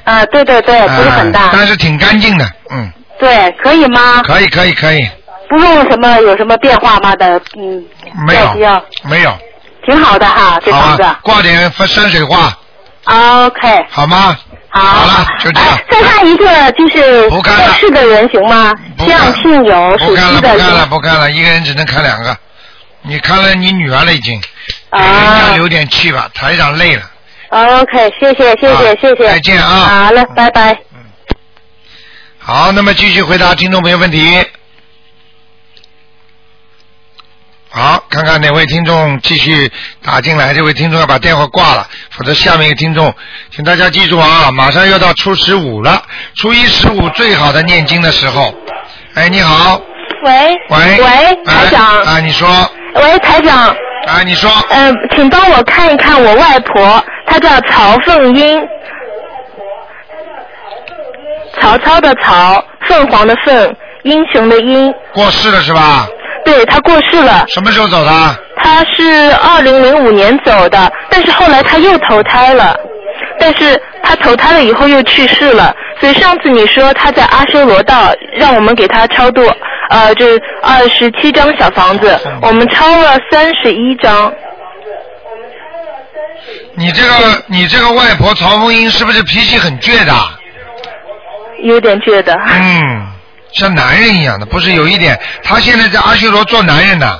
啊，对对对，不是很大。啊
呃但是挺干净的，嗯，
对，可以吗？
可以，可以，可以，
不用什么有什么变化吗的？嗯，
没
要不要
有，没有，
挺好的哈，这
好
房子。
啊，挂点山水画，
OK。
好吗？
好，
了，就这
哎
样，
再看一个就是过世的人行吗？
不看
向庆友
不
属
看
鸡
了，
的
不看了，
人
不看了，一个人只能看两个，你看了你女儿了已经，给人
啊
家留点气吧，台长累了。
OK，谢谢谢
啊
谢谢谢。
再见啊
好嘞，拜拜。
好，那么继续回答听众朋友问题。好，看看哪位听众继续打进来。这位听众要把电话挂了，否则下面一个听众，请大家记住啊，马上要到初十五了，初一十五最好的念经的时候。哎，你好，
喂
喂，
喂，台长，
啊，你说，
喂，台长，
啊，你说，
嗯、请帮我看一看我外婆，她叫曹凤英，曹操的曹，凤凰的凤，英雄的英，
过世了是吧？
对，她过世了，
什么时候走的？
她是二零零五年走的，但是后来她又投胎了，但但是他投胎了以后又去世了，所以上次你说他在阿修罗道，让我们给他超度，呃，就是二十七张小房子，我们超了三十一张，
你这个你这个外婆曹凤英是不是脾气很倔的？啊
有点倔的。
嗯，像男人一样的，不是有一点？她现在在阿修罗做男人呢。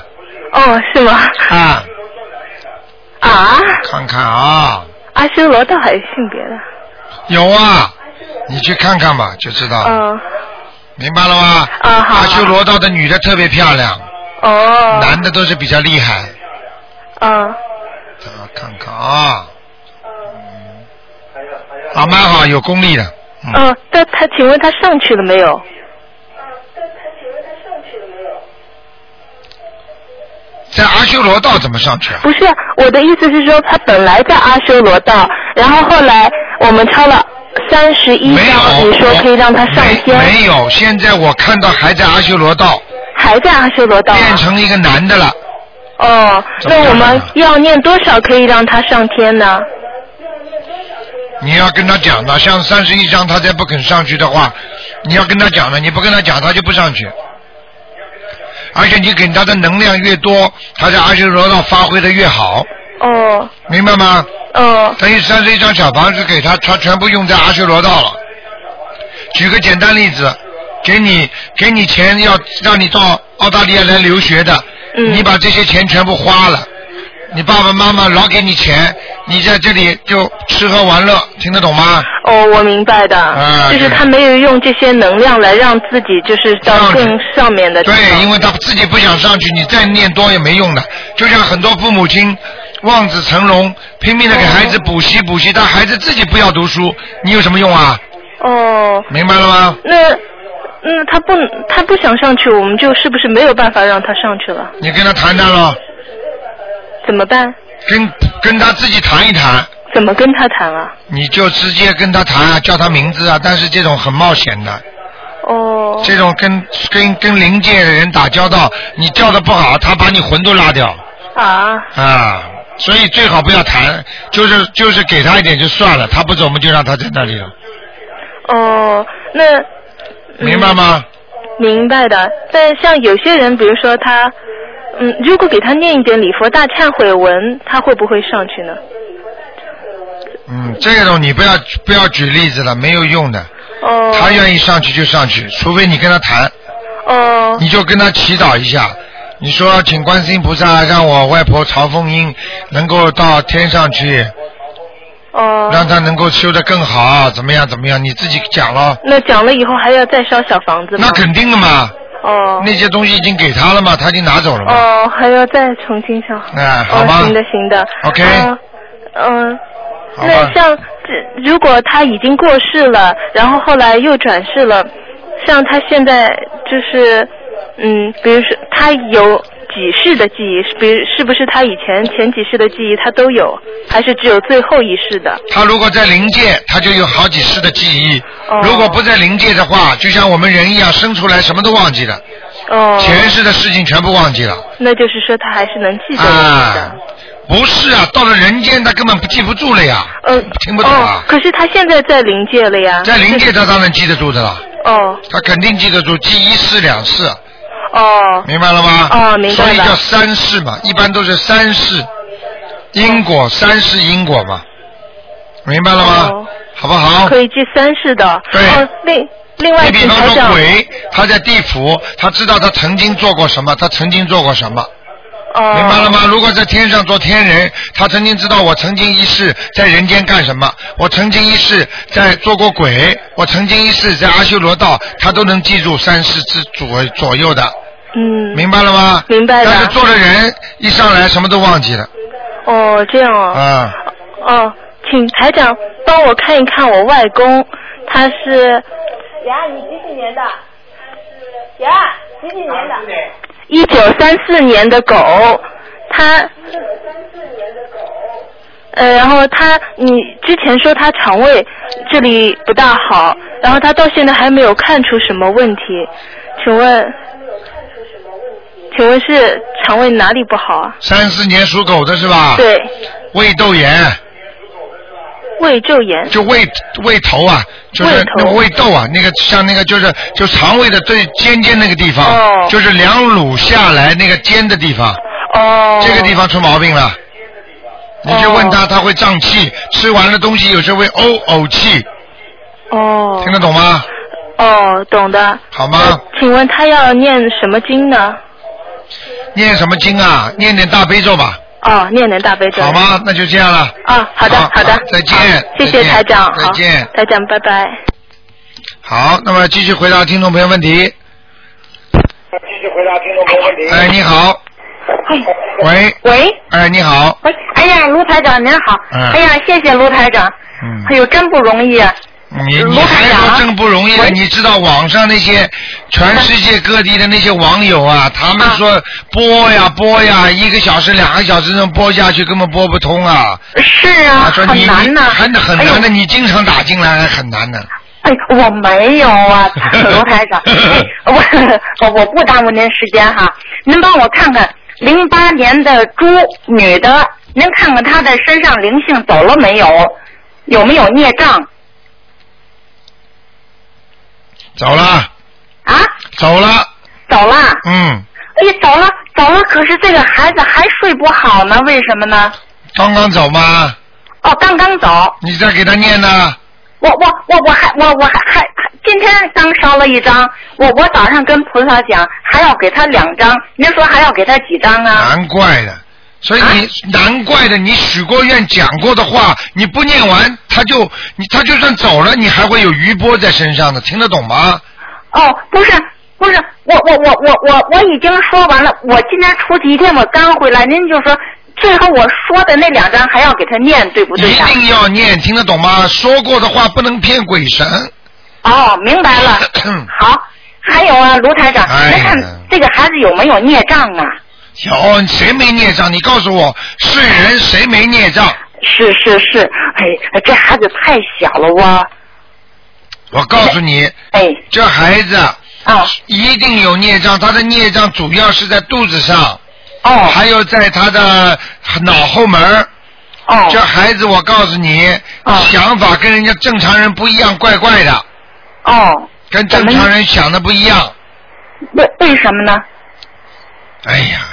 哦，是吗？
啊。
啊？
看看啊，
阿修罗道还有性别的？
有啊，你去看看吧，就知道了。
嗯。
明白了吗？
啊好。
阿修罗道的女的特别漂亮，
哦。
男的都是比较厉害。
嗯。
大家看看
哦
啊，啊，蛮好，有功力的。
嗯，但他请问他上去了没有？
在阿修罗道怎么上去啊？
不是，我的意思是说，他本来在阿修罗道，然后后来我们超了三十一章，你说可以让他上天，
没有，现在我看到还在阿修罗道，
还在阿修罗道、啊
变成一个男的了。
哦，那我们要念多少可以让他上天呢？
你要跟他讲的，像三十一章他再不肯上去的话，你要跟他讲的，你不跟他讲他就不上去。而且你给他的能量越多，他在阿修罗道发挥的越好，
哦
明白吗？
哦。
等于三十一张小房子给他，他全部用在阿修罗道了。举个简单例子，给你给你钱要让你到澳大利亚来留学的，你把这些钱全部花了，你爸爸妈妈老给你钱，你在这里就吃喝玩乐，听得懂吗？
哦，我明白的，
啊
就是他没有用这些能量来让自己就是到更上面的地方。
对，因为他自己不想上去，你再念多也没用的。就像很多父母亲望子成龙，拼命的给孩子补习补习，但孩子自己不要读书，你有什么用啊？
哦，
明白了吗？
那那他不他不想上去，我们就是不是没有办法让他上去了？
你跟他谈谈咯，
怎么办？
跟跟他自己谈一谈，
怎么跟他谈啊？
你就直接跟他谈啊，叫他名字啊。但是这种很冒险的，
哦，
这种跟跟跟灵界的人打交道，你叫的不好，他把你魂都拉掉
啊，
啊。所以最好不要谈，就是就是给他一点就算了，他不走我们就让他在那里了，
哦，那嗯
明白吗？
明白的。但像有些人，比如说他，嗯，如果给他念一点礼佛大忏悔文，他会不会上去呢？
嗯，这种你不要不要举例子了，没有用的。
哦。
他愿意上去就上去，除非你跟他谈。
哦。
你就跟他祈祷一下，你说请观世音菩萨让我外婆曹凤英能够到天上去，
哦，
让她能够修得更好，怎么样怎么样？你自己讲咯。
那讲了以后还要再烧小房子吗？
那肯定的嘛，
哦
那些东西已经给他了嘛，他已经拿走了嘛。
哦，还要再重新烧。
哎，好吗
哦，行的行的。
？OK，
嗯嗯，
好吧
那。像这如果他已经过世了，然后后来又转世了，像他现在就是嗯，比如说他有几世的记忆，是比如是不是他以前前几世的记忆他都有，还是只有最后一世的？
他如果在灵界，他就有好几世的记忆；
哦
如果不在灵界的话，就像我们人一样，生出来什么都忘记了，
哦，
前世的事情全部忘记了。
那就是说他还是能记得的。
啊，不是啊，到了人间他根本不记不住了呀，
嗯，
听不懂啊
哦，可是他现在在灵界了呀。
在灵界他当然记得住的了，
啊哦
他肯定记得住，记一世两世，
哦。
明白了吗？
哦，明白
所
了。哦
以叫三世嘛，一般都是三世因果，三世因果嘛，明白了吗？
哦
好不好？
可以记三世的。对。哦，另另外
你比
请
方
台
说
长。
鬼，他在地府，他知道他曾经做过什么，他曾经做过什么。
哦。
明白了吗？如果在天上做天人，他曾经知道我曾经一世在人间干什么，我曾经一世在做过鬼，我曾经一世在阿修罗道，他都能记住三世之左左右的，
嗯。
明白了吗？
明白了。
但是做了人一上来什么都忘记了
哦，这样哦。
啊、
哦，请台长帮我看一看我外公，他是
呀，你几几年的？呀，几几年的？
一九三四年的狗，他。呃，然后他，你之前说他肠胃这里不大好，然后他到现在还没有看出什么问题，请问，请问是肠胃哪里不好啊？
三四年属狗的是吧？
对。
胃窦炎，
胃周炎。
就胃胃头啊，就是那个胃窦啊，那个像那个就是就肠胃的最尖尖那个地方，
哦
就是两乳下来那个尖的地方，
哦。
这个地方出毛病了。你就问他，他会胀气，吃完了东西有时候会呕呕气，
哦
听得懂吗？
哦，懂的。
好吗？
请问他要念什么经呢？
念什么经啊？念点大悲咒吧，
哦，念点大悲咒。
好吗？？那就这样了。
啊，好的，好的，
再见。
谢谢
再见
台长，好
再见。
台长，拜拜。
哎
好，那么继续回答听众朋友问题。
继续回答听众朋友问题。
哎，你好。喂。
哎喂。
哎，你好。
喂，哎呀，卢台长您好，
嗯
哎呀，谢谢卢台长，
嗯
哎呦，真不容易啊，
你你还说真不容易了，你知道网上那些全世界各地的那些网友啊，他们说播呀播呀，一个小时两个小时这么播下去根本播不通啊。
是啊，
啊说你
很难呐、
很很难的，
哎呦
你经常打进来很难的。
哎，我没 有啊，卢台长，哎，我 我不耽误您时间哈，您帮我看看零八年的猪女的，您看看她的身上灵性走了没有，有没有孽障？
走了。
啊？
走了。
走了。
嗯，
哎呀，走了走了，可是这个孩子还睡不好呢，为什么呢？
刚刚走吗？
哦，刚刚走。
你再给他念呢。
我我我我还我我还还还今天刚烧了一张，我我早上跟菩萨讲还要给他两张，您说还要给他几张啊？
难怪的，所以你、难怪的，你许过愿、讲过的话，你不念完，他就你他就算走了，你还会有余波在身上的，听得懂吗？
哦，不是不是，我我我我我我已经说完了，我今天出去一天我刚回来，您就说最后我说的那两张还要给他念，对不对
一
呀、
定要念，听得懂吗？说过的话不能骗鬼神。
哦，明白 了。好，还有啊，卢台长，
哎
您看这个孩子有没有孽障啊？
有谁没孽障？你告诉我，是人谁没孽障？
是是是，哎，这孩子太小了哇！
我告诉你，
哎，
这孩子啊，一定有孽障，他的孽障主要是在肚子上，
哦，
还有在他的脑后门儿
哦，
这孩子我告诉你，想法跟人家正常人不一样，怪怪的，
哦，
跟正常人想的不一样。
为为什么呢？
哎呀，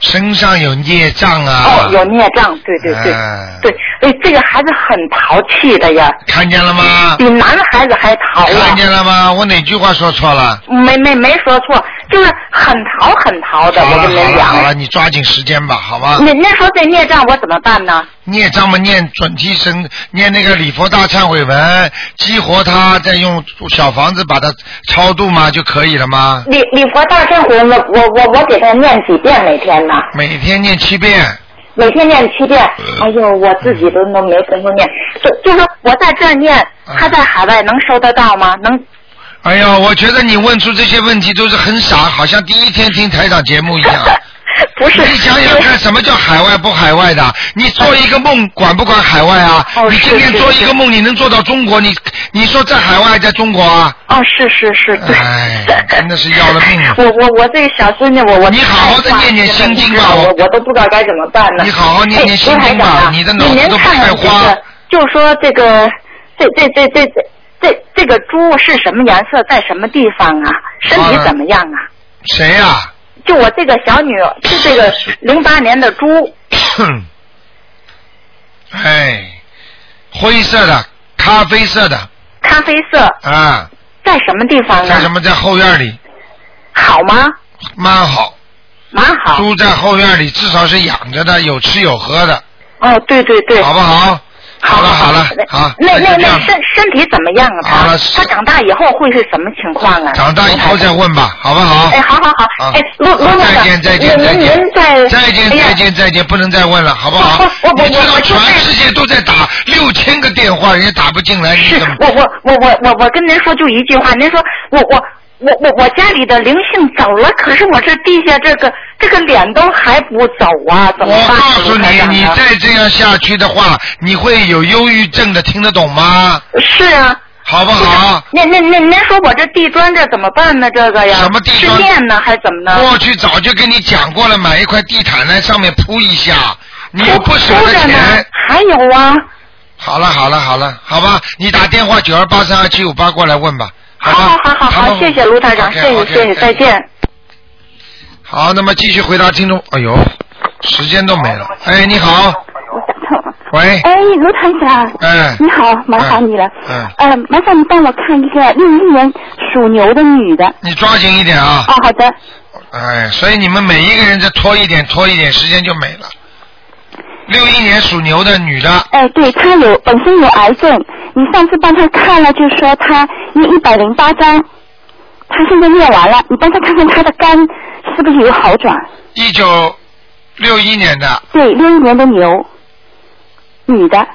身上有孽障啊！
哦，有孽障，对对对、
哎
对，哎，这个孩子很淘气的呀，
看见了吗？
比男孩子还淘啊！
看见了吗？我哪句话说错了？
没没没说错，就是很淘很淘的，
好
我
了
跟
好
您
了好
讲。
了，你抓紧时间吧，好吗？
您您说这孽障我怎么办呢？
念章嘛，念准提神，念那个礼佛大忏悔文，激活它，再用小房子把它超度嘛，就可以了吗？
礼礼佛大忏悔文，我我我给他念几遍每天呢？
每天念七遍，
每天念七遍，
呃
哎呦，我自己都都没工夫念，就就说我在这儿念，
嗯
他在海外能收得到吗？能
哎呦，我觉得你问出这些问题都是很傻，好像第一天听台长节目一样。
不是，
你想想看，什么叫海外不海外的？你做一个梦管不管海外啊？
哦
你今天做一个梦，你能做到中国？你你说在海外还在中国啊？
哦，是是是，
对。哎，真的是要了命了。
我我我这个小孙女，我我你好好的念念心经吧，我我都不知道该怎么办呢。
啊你好好念念心经吧
哎卢台长啊、
你的脑子
您
都不
看看
开花
这个就说这个，这这这这这这这个猪是什么颜色，在什么地方啊？身体怎么样啊？
谁呀、
就我这个小女，是这个零八年的猪，
哼，哎，灰色的，咖啡色的
咖啡色，
啊，
在什么地方
在什
啊？
么在后院里？
好吗？
蛮好。
蛮好。
猪在后院里，至少是养着的，有吃有喝的。
哦，对对对。
好不好？好了好了，好，
那那
就这
那
样
身身体怎么样啊？
好
他
了
他长大以后会是什么情况啊？
长大以后再问吧，好不好？
哎，好好好，
啊
哎，卢卢
好
院
再
长，
见再见再
您
见
您在
再见
哎呀
再见再见，不能再问了，好不好？你知道全世界都在打六千个电话，人家打不进来，你怎么？
我我我我我我跟您说就一句话，您说我我我我我家里的灵性走了，可是我这地下这个这个脸都还不走啊，怎么
我
办？
告诉
卢台长啊
你，你再这样下去的话，你会有忧郁症的，听得懂吗？
是啊。
好不好？
那那那您说我这地砖这怎么办呢？这个呀，
什么地砖
是念呢还是怎么呢？
过去早就跟你讲过了，买一块地毯来上面铺一下，你又不舍得
铺着呢
钱，
还有啊，
好了好了好了，好吧，你打电话九二八三二七五八过来问吧。好
好
吧
啊好好好，谢谢卢台长，谢谢谢谢，再见。
好，那么继续回答听众。哎呦，时间都没了。哎，你 好。喂，
哎，卢台长，
嗯
哎
你好，麻烦你了，
嗯，
呃，麻烦你帮我看一个六一年属牛的女的。
你抓紧一点啊。
哦，好的，
哎，所以你们每一个人再拖一点，拖一点，时间就没了。六一年属牛的女的，
哎，对，她有本身有癌症，你上次帮她看了，就说她一一百零八张，她现在念完了，你帮她看看她的肝是不是有好转？
一九六一年的，
对，六一年的牛，女的，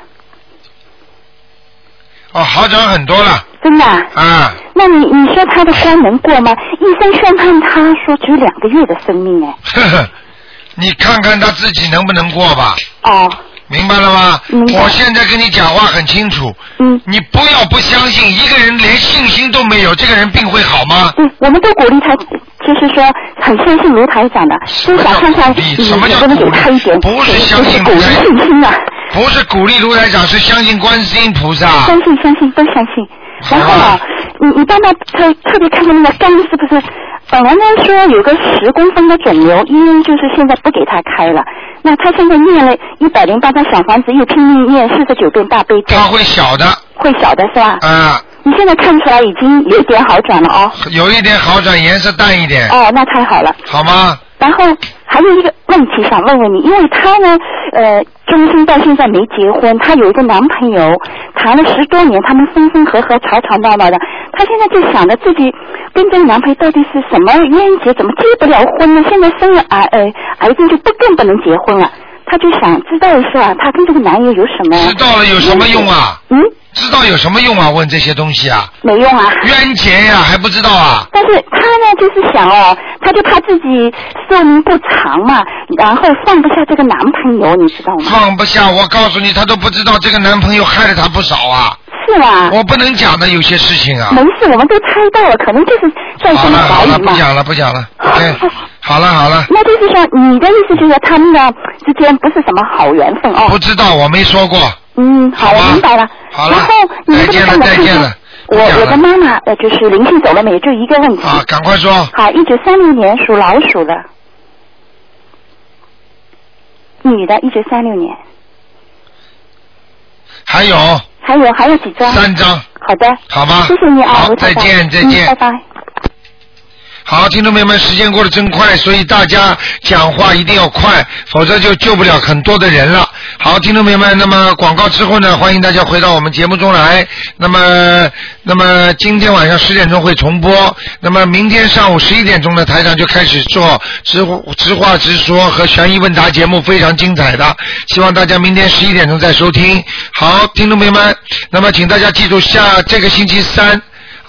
哦，好转很多了，
真的啊、
啊，
那你你说她的关能过吗？医生宣判她说只有两个月的生命哎。
呵呵，你看看他自己能不能过吧。
哦。
明白了吗？
明白
我现在跟你讲话很清楚。
嗯。
你不要不相信，一个人连信心都没有，这个人病会好吗？
对，我们都鼓励他，就是说很相信卢台长的，就想看看你能不能给他一点，不是
相信
鼓励信心啊，
不是鼓励卢台长，是相信观世音菩萨。
相信相信都相信。然后啊，你你帮他特特别看看那个肝是不是，本来呢说有个十公分的肿瘤，医生就是现在不给他开了。那他现在念了一百零八张小房子，又拼命念四十九遍大悲咒，
他会小的，
会小的是吧？
啊、
你现在看出来已经有点好转了哦。
有一点好转，颜色淡一点，
哦，那太好了。
好吗？
然后还有一个问题想问问你，因为她呢，呃，中心到现在没结婚，她有一个男朋友，谈了十多年，他们分分合合、吵吵闹闹的，她现在就想着自己跟这个男朋友到底是什么冤结，怎么结不了婚呢？现在生了癌呃癌症就不更不能结婚了，她就想知道一下，她跟这个男人有什么
知道了有什么用啊？
嗯，
知道有什么用啊？问这些东西啊？
没用啊。
冤结呀、还不知道啊？
但是他呢，就是想哦，他就怕自己寿命不长嘛，然后放不下这个男朋友，你知道吗？
放不下，我告诉你，她都不知道这个男朋友害了她不少啊。
是吧？
我不能讲的有些事情啊。
没事，我们都猜到了，可能就是在
好
生
了好
怀
了，
疑
不
嘛。
讲了不讲了。对，好了好了，
那就是说，你的意思就是他们俩之间不是什么好缘分哦。
不知道我没说过。
嗯，好，我明白了。
好了
然后你能不能帮我
再
看
见
看
了？
我我的妈妈呃，就是灵性走了没有？就一个问题。
啊，赶快说。
好，一九三六年属老鼠的，女的，一九三六年。
还有
还有还有几张？
三张。
好的。
好吗
谢谢你啊，
好
卢台长
再见再见
嗯拜拜。
好，听众朋友们，时间过得真快，所以大家讲话一定要快，否则就救不了很多的人了。好，听众朋友们，那么广告之后呢，欢迎大家回到我们节目中来。那么，那么今天晚上十点钟会重播，那么明天上午十一点钟呢，台长就开始做直直话直说和悬疑问答节目，非常精彩的，希望大家明天十一点钟再收听。好，听众朋友们，那么请大家记住下这个星期三。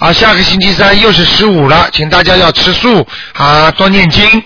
啊，下个星期三又是十五了，请大家要吃素啊，多念经。